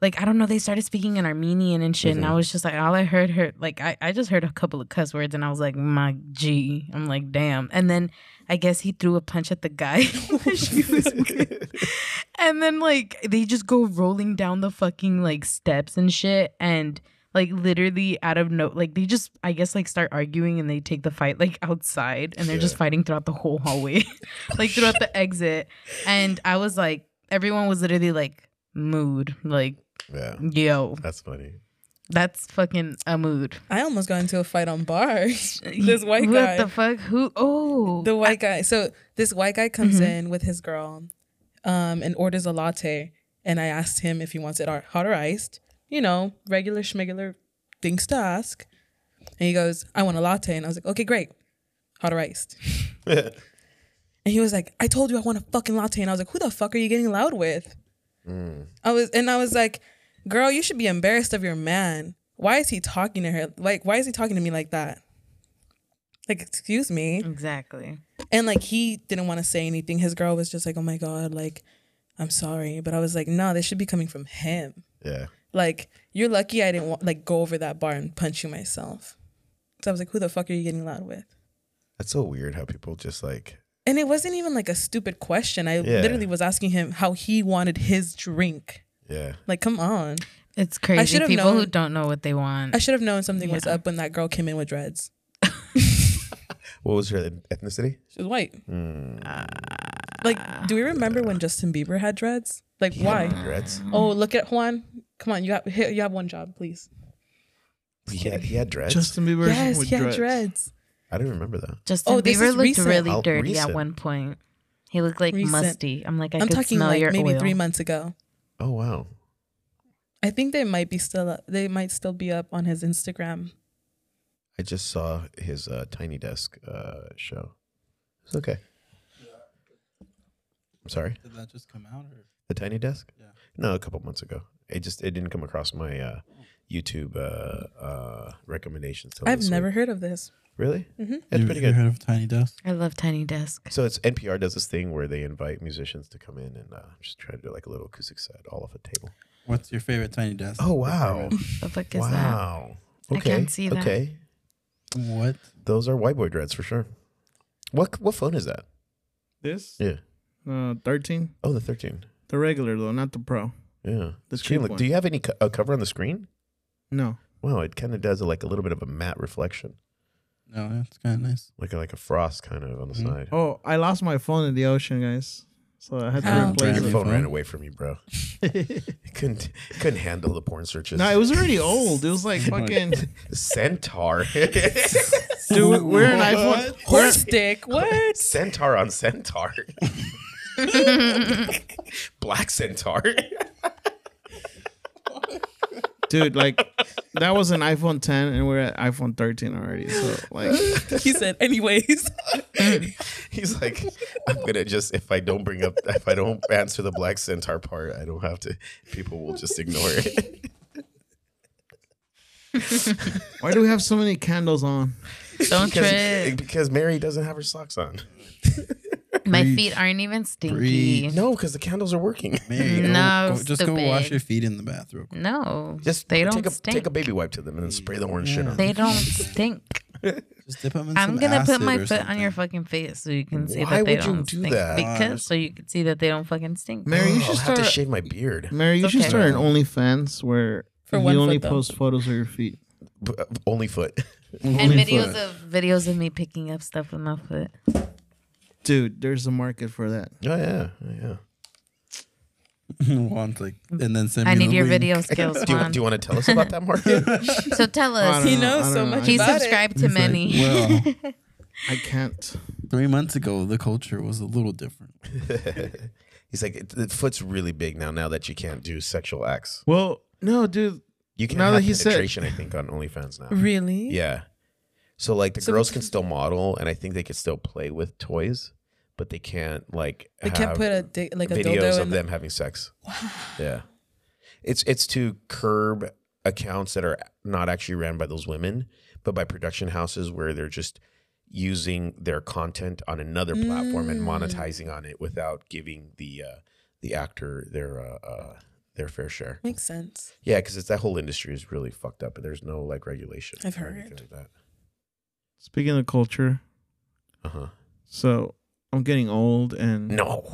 Speaker 6: like I don't know, they started speaking in Armenian and shit, and I was just like, all I heard her like I, I just heard a couple of cuss words, and I was like, my G, I'm like, damn. And then I guess he threw a punch at the guy she was with, and then like they just go rolling down the fucking like steps and shit, and like literally out of no like they just I guess like start arguing and they take the fight like outside and they're just fighting throughout the whole hallway, like throughout the exit, and I was like, everyone was literally like mood like
Speaker 1: Yeah.
Speaker 6: Yo,
Speaker 1: That's funny.
Speaker 6: that's fucking a mood.
Speaker 5: I almost got into a fight on bars. this white
Speaker 6: what
Speaker 5: guy.
Speaker 6: the fuck? Who? Oh,
Speaker 5: the white guy. So this white guy comes in with his girl, um, and orders a latte. And I asked him if he wants it ar- hot or iced. You know, regular schmegular things to ask. And he goes, "I want a latte." And I was like, "Okay, great, hot or iced." and he was like, "I told you I want a fucking latte." And I was like, "Who the fuck are you getting loud with?" I was, and I was like, "Girl, you should be embarrassed of your man. Why is he talking to her? Like, why is he talking to me like that?" Like, excuse me.
Speaker 6: exactly.
Speaker 5: And like he didn't want to say anything. His girl was just like, "Oh my god, like I'm sorry." But I was like, "No, this should be coming from him.
Speaker 1: Yeah.
Speaker 5: Like you're lucky I didn't wa- like go over that bar and punch you myself." So I was like, "Who the fuck are you getting loud with?"
Speaker 1: That's so weird how people just like
Speaker 5: And it wasn't even like a stupid question. I
Speaker 1: Yeah.
Speaker 5: literally was asking him how he wanted his drink.
Speaker 1: yeah.
Speaker 5: Like, come on.
Speaker 6: It's crazy.
Speaker 5: should've
Speaker 6: People who
Speaker 5: known-
Speaker 6: don't know what they want.
Speaker 5: I should have known something was up when that girl came in with dreads.
Speaker 1: What was her ethnicity?
Speaker 5: She was white. like, do we remember when Justin Bieber had dreads? Like, Uh, why?
Speaker 1: Dreads.
Speaker 5: Oh, look at Juan. Come on, you have here, you have one job, please.
Speaker 1: He had, he had dreads.
Speaker 4: Justin Bieber
Speaker 5: yes,
Speaker 4: with
Speaker 5: he had
Speaker 4: dreads.
Speaker 5: dreads.
Speaker 1: I didn't remember that.
Speaker 6: Justin
Speaker 5: Oh, this
Speaker 6: Bieber
Speaker 5: is
Speaker 6: looked
Speaker 5: recent.
Speaker 6: really
Speaker 1: Oh,
Speaker 6: dirty
Speaker 1: recent.
Speaker 6: at one point. He looked like
Speaker 5: Recent.
Speaker 6: musty. I'm like, I
Speaker 5: I'm
Speaker 6: could
Speaker 5: talking
Speaker 6: smell
Speaker 5: like
Speaker 6: your
Speaker 5: maybe
Speaker 6: oil.
Speaker 5: three months ago.
Speaker 1: Oh wow.
Speaker 5: I think they might be still up. They might still be up on his Instagram.
Speaker 1: I just saw his uh, Tiny Desk uh, show. It's okay. I'm sorry.
Speaker 2: Did that just come out? Or?
Speaker 1: The Tiny Desk?
Speaker 2: Yeah.
Speaker 1: No, a couple months ago. It just it didn't come across my uh, YouTube uh, uh, recommendations. till
Speaker 5: I've
Speaker 1: this
Speaker 5: never
Speaker 1: week.
Speaker 5: heard of this.
Speaker 1: really. Mm-hmm. It's pretty good.
Speaker 2: heard of Tiny Desk?
Speaker 6: I love Tiny Desk.
Speaker 1: So it's NPR does this thing where they invite musicians to come in and uh, just try to do like a little acoustic set all off a table.
Speaker 2: What's your favorite Tiny Desk?
Speaker 1: Oh wow!
Speaker 6: The fuck is that?
Speaker 1: Wow.
Speaker 6: I
Speaker 1: Okay.
Speaker 6: can't see that.
Speaker 1: Okay.
Speaker 2: What?
Speaker 1: Those are white boy dreads for sure. What what phone is that?
Speaker 4: This
Speaker 1: Yeah.
Speaker 4: uh, thirteen,
Speaker 1: Oh, the thirteen.
Speaker 4: the regular though, not the pro.
Speaker 1: Yeah.
Speaker 4: The
Speaker 1: Screen
Speaker 4: cheap
Speaker 1: look-
Speaker 4: one.
Speaker 1: Do you have any co- a cover on the screen?
Speaker 4: No,
Speaker 1: Wow, it kind of does like a little bit of a matte reflection,
Speaker 2: No, that's kind of nice.
Speaker 1: like a, like a frost kind of on the side.
Speaker 4: oh, I lost my phone in the ocean, guys. So I had to
Speaker 5: Oh.
Speaker 1: Your
Speaker 4: replace
Speaker 1: phone,
Speaker 4: it.
Speaker 1: ran away from you, bro. it couldn't it couldn't handle the porn searches.
Speaker 4: No, it was already old. It was like fucking.
Speaker 1: Centaur.
Speaker 4: Dude, we're an iPhone.
Speaker 5: Horse dick. What?
Speaker 1: centaur on centaur. Black centaur.
Speaker 4: Dude, like that was an iPhone 10, and we're at iPhone 13 already. So like,
Speaker 5: he said. Anyways,
Speaker 1: He's like, I'm gonna just if I don't bring up if I don't answer the black centaur part, I don't have to. People will just ignore it.
Speaker 4: why do we have so many candles on?
Speaker 6: Don't
Speaker 1: because,
Speaker 6: trip.
Speaker 1: because Mary doesn't have her socks on.
Speaker 6: My feet aren't even stinky.
Speaker 2: Breathe.
Speaker 1: No, because the candles are working.
Speaker 2: Mary, go-
Speaker 6: No,
Speaker 2: go- just go wash
Speaker 6: stupid.
Speaker 2: your feet in the bathroom.
Speaker 6: No,
Speaker 1: Just
Speaker 6: they don't
Speaker 1: take a
Speaker 6: stink.
Speaker 1: take a baby wipe to them and then spray the orange shit on. them.
Speaker 6: They don't stink.
Speaker 2: Just dip them in
Speaker 6: I'm
Speaker 2: some
Speaker 6: gonna put
Speaker 2: acid
Speaker 6: my
Speaker 2: or
Speaker 6: foot on
Speaker 2: something.
Speaker 6: your fucking face so you can see
Speaker 1: Why
Speaker 6: that they
Speaker 1: would you
Speaker 6: don't
Speaker 1: do
Speaker 6: stink.
Speaker 1: that?
Speaker 6: Because so you can see that they don't fucking stink.
Speaker 4: Mary, you
Speaker 1: I'll
Speaker 4: should
Speaker 1: have to
Speaker 4: start.
Speaker 1: shave my beard.
Speaker 4: Mary, you should
Speaker 6: Okay.
Speaker 4: start an OnlyFans where
Speaker 5: For
Speaker 4: you
Speaker 5: one foot,
Speaker 4: only
Speaker 5: though.
Speaker 4: post photos of your feet.
Speaker 1: B- uh, Only foot.
Speaker 6: and
Speaker 2: Only
Speaker 6: videos
Speaker 2: foot.
Speaker 6: of videos of me picking up stuff with my foot.
Speaker 4: Dude, there's a market for that.
Speaker 1: Oh yeah, oh, yeah.
Speaker 2: Juan's like, and then send me
Speaker 6: I need
Speaker 2: the
Speaker 6: your
Speaker 2: link.
Speaker 6: video skills,
Speaker 1: Do you,
Speaker 6: Juan.
Speaker 1: do you want to tell us about that market?
Speaker 6: so tell
Speaker 4: I
Speaker 6: us.
Speaker 4: don't
Speaker 5: he
Speaker 4: know, I
Speaker 5: knows so
Speaker 4: don't know.
Speaker 5: much.
Speaker 6: He
Speaker 5: about it.
Speaker 6: subscribed to
Speaker 2: He's like,
Speaker 6: many.
Speaker 2: well,
Speaker 4: I can't.
Speaker 2: three months ago, the culture was a little different.
Speaker 1: He's like, "It- the foot's really big now. Now that you can't do sexual acts,
Speaker 4: Well, no, dude.
Speaker 1: you can
Speaker 4: Now
Speaker 1: have
Speaker 4: that he said-
Speaker 1: penetration. I think on OnlyFans now.
Speaker 5: Really?
Speaker 1: Yeah. So like the girls can still model, and I think they can still play with toys, but they can't like
Speaker 5: They can't put a dick like a
Speaker 1: videos
Speaker 5: dildo
Speaker 1: of
Speaker 5: in.
Speaker 1: them having sex. Yeah. It's it's to curb accounts that are not actually ran by those women, but by production houses where they're just using their content on another
Speaker 5: Mm.
Speaker 1: platform and monetizing on it without giving the uh, the actor their uh, uh, their fair share.
Speaker 5: Makes sense.
Speaker 1: Yeah, because it's that whole industry is really fucked up, and there's no like regulation.
Speaker 5: I've
Speaker 1: or anything
Speaker 5: heard.
Speaker 1: like that.
Speaker 4: Speaking of culture,
Speaker 1: Uh huh.
Speaker 4: so I'm getting old and
Speaker 1: No.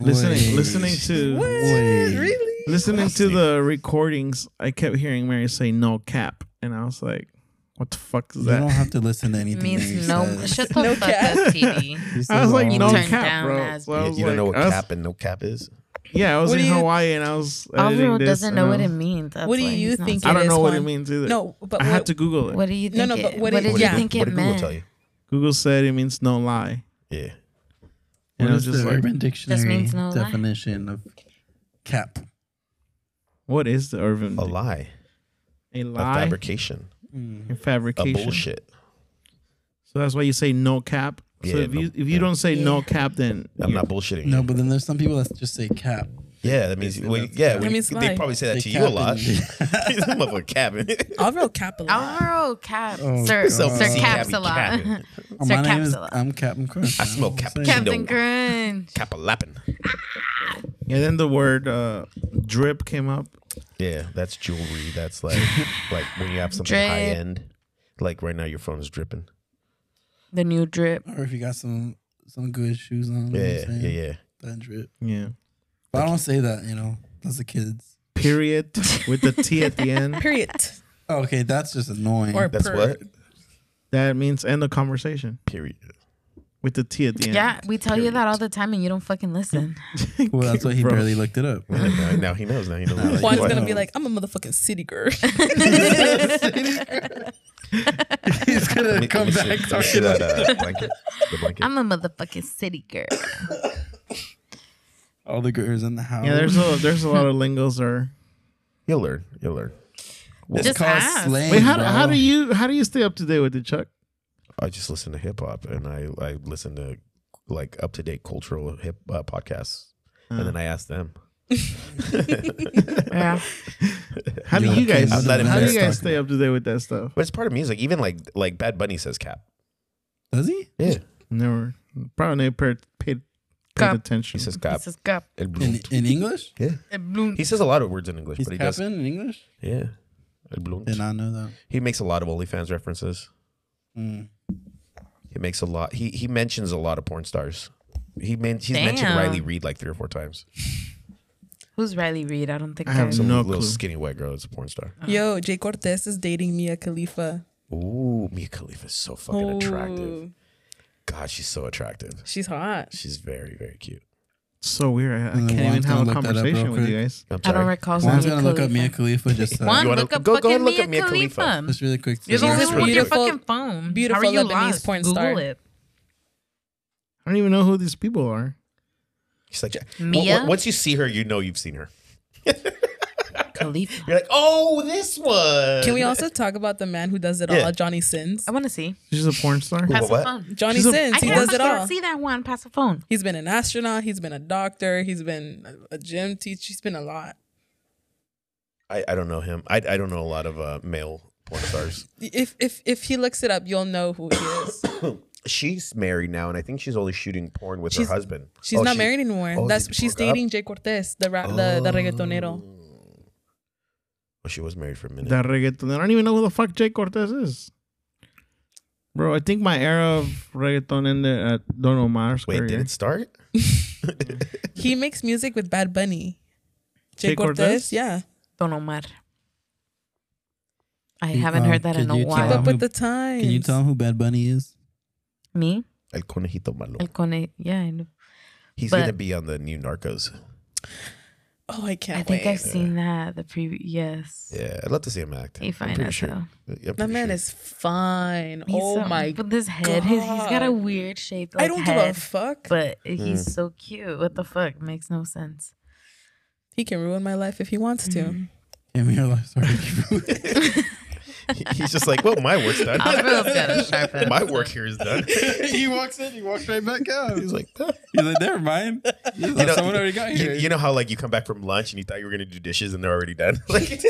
Speaker 4: listening
Speaker 2: Wait.
Speaker 4: listening to
Speaker 5: What?
Speaker 2: Wait.
Speaker 5: Really?
Speaker 4: listening to the recordings. I kept hearing Mary say no cap, and I was like, "What the fuck is
Speaker 2: You don't
Speaker 4: that?"
Speaker 2: have to listen to
Speaker 6: It
Speaker 2: anything. that
Speaker 6: means
Speaker 2: he
Speaker 6: no.
Speaker 2: says.
Speaker 6: Shut the
Speaker 5: No
Speaker 6: fuck
Speaker 5: cap.
Speaker 6: up, TD.
Speaker 2: He's so
Speaker 4: I was like,
Speaker 2: wrong.
Speaker 4: "No
Speaker 6: turned
Speaker 4: cap,
Speaker 6: down
Speaker 4: bro."
Speaker 6: as-
Speaker 4: So I
Speaker 1: You,
Speaker 4: was
Speaker 1: you don't know
Speaker 4: like-
Speaker 1: what
Speaker 4: I was-
Speaker 1: cap and no cap is?
Speaker 4: Yeah, I was
Speaker 5: What
Speaker 4: in
Speaker 5: do you-
Speaker 4: Hawaii and I was.
Speaker 6: Alvaro
Speaker 4: editing this,
Speaker 6: doesn't know
Speaker 4: and I
Speaker 6: what
Speaker 2: uh,
Speaker 6: it
Speaker 4: was-
Speaker 6: means. That's
Speaker 5: What do
Speaker 6: why
Speaker 5: you
Speaker 6: he's not
Speaker 5: think
Speaker 4: I
Speaker 5: It
Speaker 4: don't
Speaker 5: is
Speaker 4: know what it
Speaker 5: Juan.
Speaker 4: means either.
Speaker 5: No, but
Speaker 4: I
Speaker 5: what,
Speaker 4: had to Google it.
Speaker 6: What do you think?
Speaker 5: No, no,
Speaker 6: it-
Speaker 5: but
Speaker 6: what
Speaker 5: what did-
Speaker 6: did
Speaker 1: did
Speaker 5: yeah.
Speaker 1: Goo-
Speaker 6: you think
Speaker 1: what
Speaker 6: it
Speaker 1: did Google tell
Speaker 6: meant?
Speaker 1: you?
Speaker 4: Google said it means no lie.
Speaker 1: Yeah.
Speaker 4: And
Speaker 2: What
Speaker 4: I was
Speaker 2: is
Speaker 4: just
Speaker 2: the
Speaker 4: like,
Speaker 2: Urban Dictionary
Speaker 6: means no lie.
Speaker 2: definition of cap?
Speaker 4: what is the urban?
Speaker 1: A lie.
Speaker 4: A
Speaker 1: A
Speaker 4: lie.
Speaker 1: fabrication.
Speaker 4: and
Speaker 1: A
Speaker 4: fabrication.
Speaker 1: bullshit.
Speaker 4: So that's why you say no cap. so
Speaker 1: Yeah,
Speaker 4: if you
Speaker 1: no-
Speaker 4: if you
Speaker 1: yeah.
Speaker 4: don't say no cap, then
Speaker 1: I'm
Speaker 4: you-
Speaker 1: not bullshitting.
Speaker 2: No,
Speaker 1: you.
Speaker 2: but then there's some people that just say cap.
Speaker 1: yeah, that means
Speaker 2: That's-
Speaker 1: well,
Speaker 2: that's-
Speaker 1: yeah.
Speaker 2: That
Speaker 1: when-
Speaker 5: means
Speaker 1: they
Speaker 5: lie.
Speaker 1: probably say that
Speaker 2: They
Speaker 1: to you a
Speaker 2: capping
Speaker 1: lot.
Speaker 2: you.
Speaker 1: He's a motherfucking cabin.
Speaker 5: Alvaro Capilla.
Speaker 6: Alvaro Cap.
Speaker 2: Oh,
Speaker 6: Sir,
Speaker 2: God.
Speaker 6: Sir
Speaker 2: See,
Speaker 6: Caps
Speaker 1: Cappy
Speaker 6: a lot.
Speaker 1: Cabin.
Speaker 2: Oh,
Speaker 6: Sir
Speaker 2: my name
Speaker 6: Cap's
Speaker 2: is
Speaker 6: a lot.
Speaker 2: I'm Captain Crunch.
Speaker 1: I smell
Speaker 2: That's what I'm
Speaker 1: Captain.
Speaker 2: saying.
Speaker 6: Captain Crunch.
Speaker 1: Capalappin.
Speaker 4: and then the word uh, drip came up.
Speaker 1: Yeah, that's jewelry. That's like like when you have something
Speaker 6: Drip.
Speaker 1: high end. Like right now, your phone is dripping.
Speaker 6: The new drip.
Speaker 2: Or if you got some some good shoes on. you know what
Speaker 1: Yeah,
Speaker 2: I'm
Speaker 1: yeah,
Speaker 2: saying?
Speaker 1: yeah.
Speaker 2: That drip.
Speaker 4: Yeah.
Speaker 2: But I don't say that, you know. That's the kids.
Speaker 4: Period with the T at the end.
Speaker 5: Period.
Speaker 2: Oh, okay, that's just annoying.
Speaker 5: Or
Speaker 1: That's
Speaker 5: per-
Speaker 1: what.
Speaker 4: That means end the conversation
Speaker 1: Period.
Speaker 4: with the T at the
Speaker 6: Yeah,
Speaker 4: end.
Speaker 6: we tell you that all the time and you don't fucking listen.
Speaker 2: well, that's why he
Speaker 4: Bro.
Speaker 2: barely looked it up.
Speaker 1: Yeah, now, now he knows. Now he knows.
Speaker 5: Juan's
Speaker 1: Why?
Speaker 5: gonna be like, I'm a motherfucking city girl.
Speaker 2: He's
Speaker 1: Let
Speaker 2: gonna
Speaker 1: me- let
Speaker 2: come
Speaker 1: me see-
Speaker 2: back
Speaker 1: let me see
Speaker 2: talking
Speaker 1: that,
Speaker 2: about
Speaker 1: uh, blanket. The blanket.
Speaker 6: I'm a motherfucking city girl.
Speaker 2: all the girls in the house.
Speaker 4: Yeah, there's a there's a lot of lingos are.
Speaker 1: You'll learn. You'll learn.
Speaker 2: it's
Speaker 6: Just
Speaker 2: called
Speaker 6: ask.
Speaker 2: slang.
Speaker 4: Wait, how,
Speaker 2: bro.
Speaker 4: how do you how do you stay up to date with it, Chuck?
Speaker 1: I just listen to hip hop and I, I listen to like up to date cultural hip uh, podcasts.
Speaker 4: Uh.
Speaker 1: And then I ask them.
Speaker 6: Yeah.
Speaker 4: How do
Speaker 2: Yeah,
Speaker 4: you guys?
Speaker 2: okay,
Speaker 1: I'm not
Speaker 4: How do you
Speaker 1: embarrassed
Speaker 4: guys
Speaker 2: talking.
Speaker 4: stay up to date with that stuff?
Speaker 1: But it's part of music. Even like like Bad Bunny says cap.
Speaker 2: Does he?
Speaker 1: Yeah.
Speaker 4: Never, probably never paid paid, paid
Speaker 6: Cap.
Speaker 1: He
Speaker 4: attention.
Speaker 1: says cap.
Speaker 6: This is Eh, cup.
Speaker 1: El
Speaker 2: In,
Speaker 1: blunt.
Speaker 2: in English?
Speaker 1: Yeah. He says a lot of words in English,
Speaker 2: He's
Speaker 1: but he
Speaker 2: capping
Speaker 1: does.
Speaker 2: in English?
Speaker 1: Yeah. El blunt.
Speaker 2: Did not know that.
Speaker 1: He makes a lot of OnlyFans references.
Speaker 2: Mm.
Speaker 1: He makes a lot. He he mentions a lot of porn stars. He men, he's mentioned
Speaker 6: Damn.
Speaker 1: Riley Reed like three or four times.
Speaker 6: Who's Riley Reed? I don't think
Speaker 4: I have
Speaker 6: I
Speaker 4: some-
Speaker 1: Some
Speaker 4: No
Speaker 1: little
Speaker 4: clue.
Speaker 1: skinny white girl that's a porn star.
Speaker 5: Yo, Jay Cortez is dating Mia Khalifa.
Speaker 1: Ooh, Mia Khalifa is so fucking attractive.
Speaker 5: Ooh,
Speaker 1: God, she's so attractive.
Speaker 5: She's hot.
Speaker 1: She's very very cute.
Speaker 4: It's so weird. I, I
Speaker 2: Mm,
Speaker 4: can't
Speaker 2: Juan's
Speaker 4: even
Speaker 2: gonna
Speaker 4: have a
Speaker 2: look that up real
Speaker 4: conversation with you
Speaker 2: quick.
Speaker 4: guys.
Speaker 1: I'm
Speaker 6: I
Speaker 1: sorry.
Speaker 6: don't recall.
Speaker 2: Juan's
Speaker 6: Mia
Speaker 2: gonna look up
Speaker 6: Khalifa.
Speaker 2: Mia Khalifa just uh,
Speaker 6: Juan,
Speaker 1: You wanna-
Speaker 6: look up
Speaker 1: go- go
Speaker 6: fucking
Speaker 1: and look
Speaker 6: Mia
Speaker 1: up Mia
Speaker 6: Khalifa.
Speaker 1: Khalifa.
Speaker 2: just really quick.
Speaker 6: You're
Speaker 5: She's
Speaker 6: always
Speaker 5: this
Speaker 6: with your
Speaker 5: beautiful-
Speaker 6: fucking phone.
Speaker 5: beautiful
Speaker 6: How are you
Speaker 5: Lebanese
Speaker 6: lost?
Speaker 5: porn
Speaker 6: Google
Speaker 5: star.
Speaker 6: it.
Speaker 4: I don't even know who these people are.
Speaker 1: She's like
Speaker 6: Mia?
Speaker 1: Mia. Once you see her, you know you've seen her.
Speaker 6: Khalifa.
Speaker 1: You're like, oh, this one.
Speaker 5: Can we also talk about the man who does it all,
Speaker 1: Yeah.
Speaker 5: Johnny Sins?
Speaker 6: Uh, I want to see.
Speaker 4: She's a porn star.
Speaker 1: Ooh.
Speaker 6: Pass
Speaker 1: what?
Speaker 6: the phone.
Speaker 5: Johnny
Speaker 4: She's a-
Speaker 5: Sins,
Speaker 6: I
Speaker 5: he
Speaker 6: can't
Speaker 5: does it
Speaker 6: fucking
Speaker 5: all.
Speaker 6: see that one. Pass the phone.
Speaker 5: He's been an astronaut, he's been a doctor, he's been a- a gym teacher, he's been a lot.
Speaker 1: I, I don't know him. I, I don't know a lot of uh, male porn stars.
Speaker 5: If if if he looks it up, you'll know who he is.
Speaker 1: she's married now, and I think she's only shooting porn with
Speaker 5: She's-
Speaker 1: her husband.
Speaker 5: She's
Speaker 1: Oh,
Speaker 5: not
Speaker 1: she-
Speaker 5: married anymore.
Speaker 1: oh,
Speaker 5: That's
Speaker 1: she
Speaker 5: she's
Speaker 1: broke up?
Speaker 5: dating Jay Cortez, the ra- the,
Speaker 6: Oh.
Speaker 5: the reggaetonero.
Speaker 1: Oh. Well, she was married for a minute.
Speaker 4: That reggaeton. I don't even know who the fuck Jay Cortez is. Bro, I think my era of reggaeton ended at Don Omar's
Speaker 1: Wait,
Speaker 4: career.
Speaker 1: did it start?
Speaker 5: He makes music with Bad Bunny. Jay,
Speaker 4: Jay
Speaker 5: Cortez?
Speaker 4: Cortez?
Speaker 5: yeah.
Speaker 6: Don Omar. I
Speaker 2: Can you
Speaker 6: haven't
Speaker 2: tell-
Speaker 6: heard that in
Speaker 2: can
Speaker 6: a
Speaker 2: you
Speaker 5: Keep
Speaker 2: tell
Speaker 6: while.
Speaker 5: up
Speaker 2: Um,
Speaker 5: with the times.
Speaker 2: Can you tell him who Bad Bunny is?
Speaker 6: Me?
Speaker 1: El Conejito Malo.
Speaker 6: El Cone. Yeah, I know.
Speaker 1: He's
Speaker 6: but-
Speaker 1: gonna be on the new Narcos.
Speaker 5: Oh, I can't
Speaker 6: I think
Speaker 5: wait.
Speaker 6: I've seen that. The preview. Yes.
Speaker 1: Yeah, I'd love to see him act.
Speaker 6: He fine
Speaker 1: I'm pretty
Speaker 6: as
Speaker 1: sure.
Speaker 6: hell.
Speaker 1: I'm pretty
Speaker 5: That man
Speaker 1: sure.
Speaker 5: is fine.
Speaker 6: He's
Speaker 5: oh
Speaker 6: so-
Speaker 5: my
Speaker 6: With his head, his, he's got a
Speaker 5: God.
Speaker 6: weird shape.
Speaker 5: I
Speaker 6: Like
Speaker 5: don't give a
Speaker 6: head,
Speaker 5: fuck.
Speaker 6: But he's
Speaker 1: Hmm.
Speaker 6: so cute. What the fuck? Makes no sense.
Speaker 5: he can ruin my life if he wants to.
Speaker 6: Mm-hmm.
Speaker 2: Came here last sorry.
Speaker 1: He's just like, well, my work's done.
Speaker 6: Alvaro's got a sharp ass.
Speaker 1: my work here is done.
Speaker 2: he walks in, he walks right back out.
Speaker 1: He's like, "Huh."
Speaker 2: He's like, never mind. You
Speaker 1: you know,
Speaker 2: someone already got
Speaker 1: you-
Speaker 2: here.
Speaker 1: you know how like you come back from lunch and you thought you were gonna do dishes and they're already done. Like,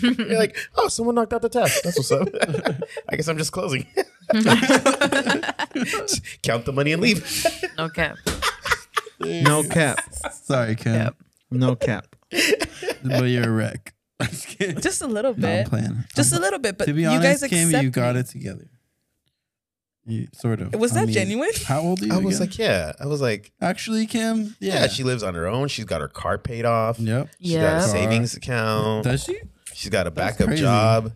Speaker 1: you're like, oh, someone knocked out the tap. That's what's up. I guess I'm just closing. Just Count the money and leave.
Speaker 6: No cap.
Speaker 4: No cap.
Speaker 2: Sorry, Ken.
Speaker 4: No cap.
Speaker 2: but you're a wreck. I'm just kidding.
Speaker 5: Just a little
Speaker 2: No, I'm
Speaker 5: bit.
Speaker 2: playing.
Speaker 5: just
Speaker 2: I'm-
Speaker 5: a little bit, but
Speaker 2: to be
Speaker 5: you
Speaker 2: honest,
Speaker 5: guys
Speaker 2: Kim,
Speaker 5: accept
Speaker 2: you got
Speaker 5: me.
Speaker 2: it together. You, sort of.
Speaker 5: Was
Speaker 2: I
Speaker 5: that
Speaker 2: mean,
Speaker 5: genuine?
Speaker 2: How old are you?
Speaker 1: I was
Speaker 2: again?
Speaker 1: like, yeah. I was like,
Speaker 2: actually, Kim.
Speaker 1: yeah, she lives on her own. She's got her car paid off.
Speaker 2: Yep.
Speaker 1: She's got a
Speaker 2: Yeah.
Speaker 1: savings account.
Speaker 2: Does she?
Speaker 1: She's got a backup
Speaker 2: crazy.
Speaker 1: job.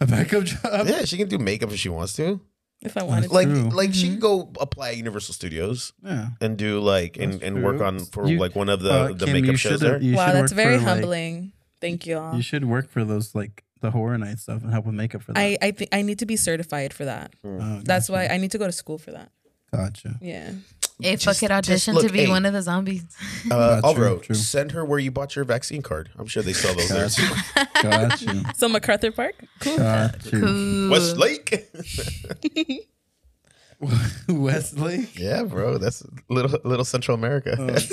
Speaker 2: A backup job?
Speaker 1: Yeah, she can do makeup if she wants to.
Speaker 5: If I wanted, to.
Speaker 1: Like,
Speaker 2: True.
Speaker 1: like she can go apply at Universal Studios
Speaker 2: Yeah.
Speaker 1: and do like and,
Speaker 2: That's
Speaker 1: and work
Speaker 2: true.
Speaker 1: on for
Speaker 2: You-
Speaker 1: like one of the
Speaker 2: Uh,
Speaker 1: the
Speaker 2: Kim,
Speaker 1: makeup
Speaker 2: you
Speaker 1: shows
Speaker 2: should-
Speaker 1: there.
Speaker 2: you
Speaker 5: wow,
Speaker 2: should
Speaker 5: that's
Speaker 2: work
Speaker 5: very
Speaker 2: for, like-
Speaker 5: humbling. Thank you all.
Speaker 2: you should work for those like the horror night stuff and help with makeup for that.
Speaker 5: I I think I need to be certified for that.
Speaker 2: Oh,
Speaker 5: That's why I need to go to school for that.
Speaker 2: gotcha.
Speaker 5: Yeah.
Speaker 6: Hey,
Speaker 1: Just-
Speaker 6: fuck it, audition
Speaker 1: just
Speaker 6: to
Speaker 1: look,
Speaker 6: be
Speaker 1: hey.
Speaker 6: one of the zombies.
Speaker 1: Uh,
Speaker 2: Yeah, true,
Speaker 1: Alvaro,
Speaker 2: true.
Speaker 1: send her where you bought your vaccine card. I'm sure they sell those there.
Speaker 2: Gotcha. gotcha.
Speaker 5: So MacArthur Park. Cool.
Speaker 2: Gotcha.
Speaker 6: Ooh.
Speaker 1: West Lake.
Speaker 2: Wesley.
Speaker 1: yeah, bro, that's little little Central America.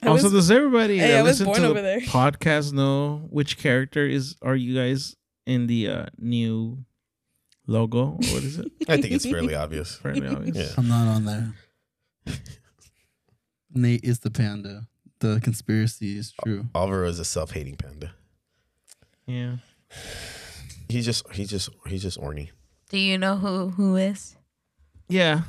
Speaker 2: Uh,
Speaker 5: I
Speaker 4: Also,
Speaker 5: was-
Speaker 4: does everybody
Speaker 5: Hey,
Speaker 4: that
Speaker 5: I was
Speaker 4: listen
Speaker 5: born
Speaker 4: to
Speaker 5: over
Speaker 4: the
Speaker 5: there.
Speaker 4: podcast know which character is? Are you guys in the uh, new logo? Or What is it?
Speaker 1: I think it's fairly obvious.
Speaker 4: Apparently, obvious.
Speaker 1: Yeah.
Speaker 2: I'm not on there. Nate is the panda. The conspiracy is true.
Speaker 1: Alvaro is a self-hating panda.
Speaker 4: yeah.
Speaker 1: He's just he's just he's just orny.
Speaker 6: Do you know who who is?
Speaker 4: Yeah.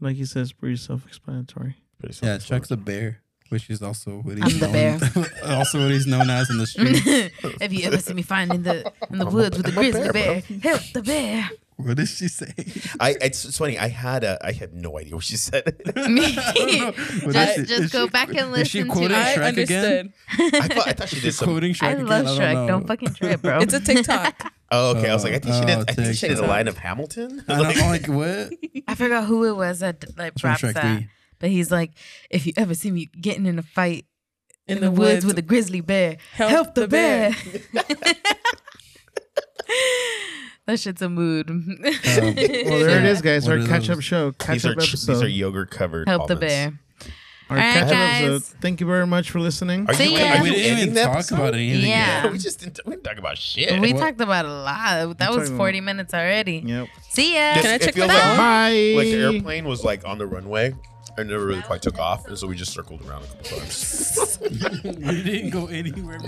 Speaker 4: Like he says, pretty self-explanatory.
Speaker 1: Pretty
Speaker 2: Yeah,
Speaker 1: self-explanatory.
Speaker 2: Chuck's a bear, which is also what
Speaker 6: I'm
Speaker 2: he's
Speaker 6: the
Speaker 2: known, also what he's known as in the street.
Speaker 6: Have you ever seen me find in the in the woods with the
Speaker 1: I'm a
Speaker 6: grizzly
Speaker 1: bear,
Speaker 6: bear? Help the bear.
Speaker 2: what did she say?
Speaker 1: I it's, it's funny. I had a I had no idea what she said.
Speaker 6: Me.
Speaker 2: What
Speaker 6: Just-
Speaker 2: is it?
Speaker 6: just
Speaker 2: Is
Speaker 6: go
Speaker 2: she-
Speaker 6: back and
Speaker 2: is she
Speaker 6: listen to
Speaker 2: quoting
Speaker 6: it.
Speaker 5: I
Speaker 2: Shrek Again?
Speaker 5: understood.
Speaker 1: I thought I thought she did
Speaker 2: She's
Speaker 1: some.
Speaker 2: quoting
Speaker 6: I
Speaker 2: Shrek
Speaker 6: love
Speaker 2: again.
Speaker 6: Shrek.
Speaker 2: I
Speaker 6: Don't,
Speaker 2: don't, know.
Speaker 6: fucking trip, bro.
Speaker 5: It's a TikTok.
Speaker 1: Oh, okay. I was like, I think she did.
Speaker 2: Oh,
Speaker 1: I think she did a
Speaker 5: TikTok.
Speaker 1: line of Hamilton.
Speaker 2: And I'm like, what?
Speaker 6: I forgot who it was that like
Speaker 2: It's from
Speaker 6: dropped
Speaker 2: Shrek
Speaker 6: that.
Speaker 2: three. Um,
Speaker 6: But he's like, if you ever see me getting in a fight in, the, woods, with a grizzly bear, help, the, bear. that shit's a mood.
Speaker 2: well,
Speaker 4: Well, there it
Speaker 2: Yeah.
Speaker 4: is, guys.
Speaker 2: What
Speaker 4: Our
Speaker 2: are
Speaker 4: catch-up
Speaker 2: those?
Speaker 4: show,
Speaker 1: these
Speaker 4: catch-up
Speaker 1: are ch-
Speaker 4: episode.
Speaker 1: these are yogurt covered.
Speaker 6: Help the bear. All
Speaker 4: Our
Speaker 6: right,
Speaker 4: catch-up
Speaker 6: guys.
Speaker 4: episode. Thank you very much for listening.
Speaker 1: Are
Speaker 6: See
Speaker 1: you,
Speaker 6: ya.
Speaker 1: are
Speaker 2: we
Speaker 1: you
Speaker 2: didn't
Speaker 1: ending
Speaker 2: even
Speaker 1: the
Speaker 2: talk
Speaker 1: episode?
Speaker 2: about anything.
Speaker 6: Yeah.
Speaker 1: We just didn't, we didn't talk about shit.
Speaker 6: We
Speaker 1: It-
Speaker 6: talked about a lot. That
Speaker 4: We're
Speaker 6: was
Speaker 4: talking
Speaker 6: 40 minutes already.
Speaker 4: Yep.
Speaker 6: See ya.
Speaker 1: Just-
Speaker 5: Can I
Speaker 1: it
Speaker 5: check
Speaker 1: feels
Speaker 5: my
Speaker 1: like,
Speaker 5: phone?
Speaker 4: Bye.
Speaker 1: like the airplane was like on the runway and never really quite took off, and so we just circled around a couple times.
Speaker 2: yet. We didn't go anywhere.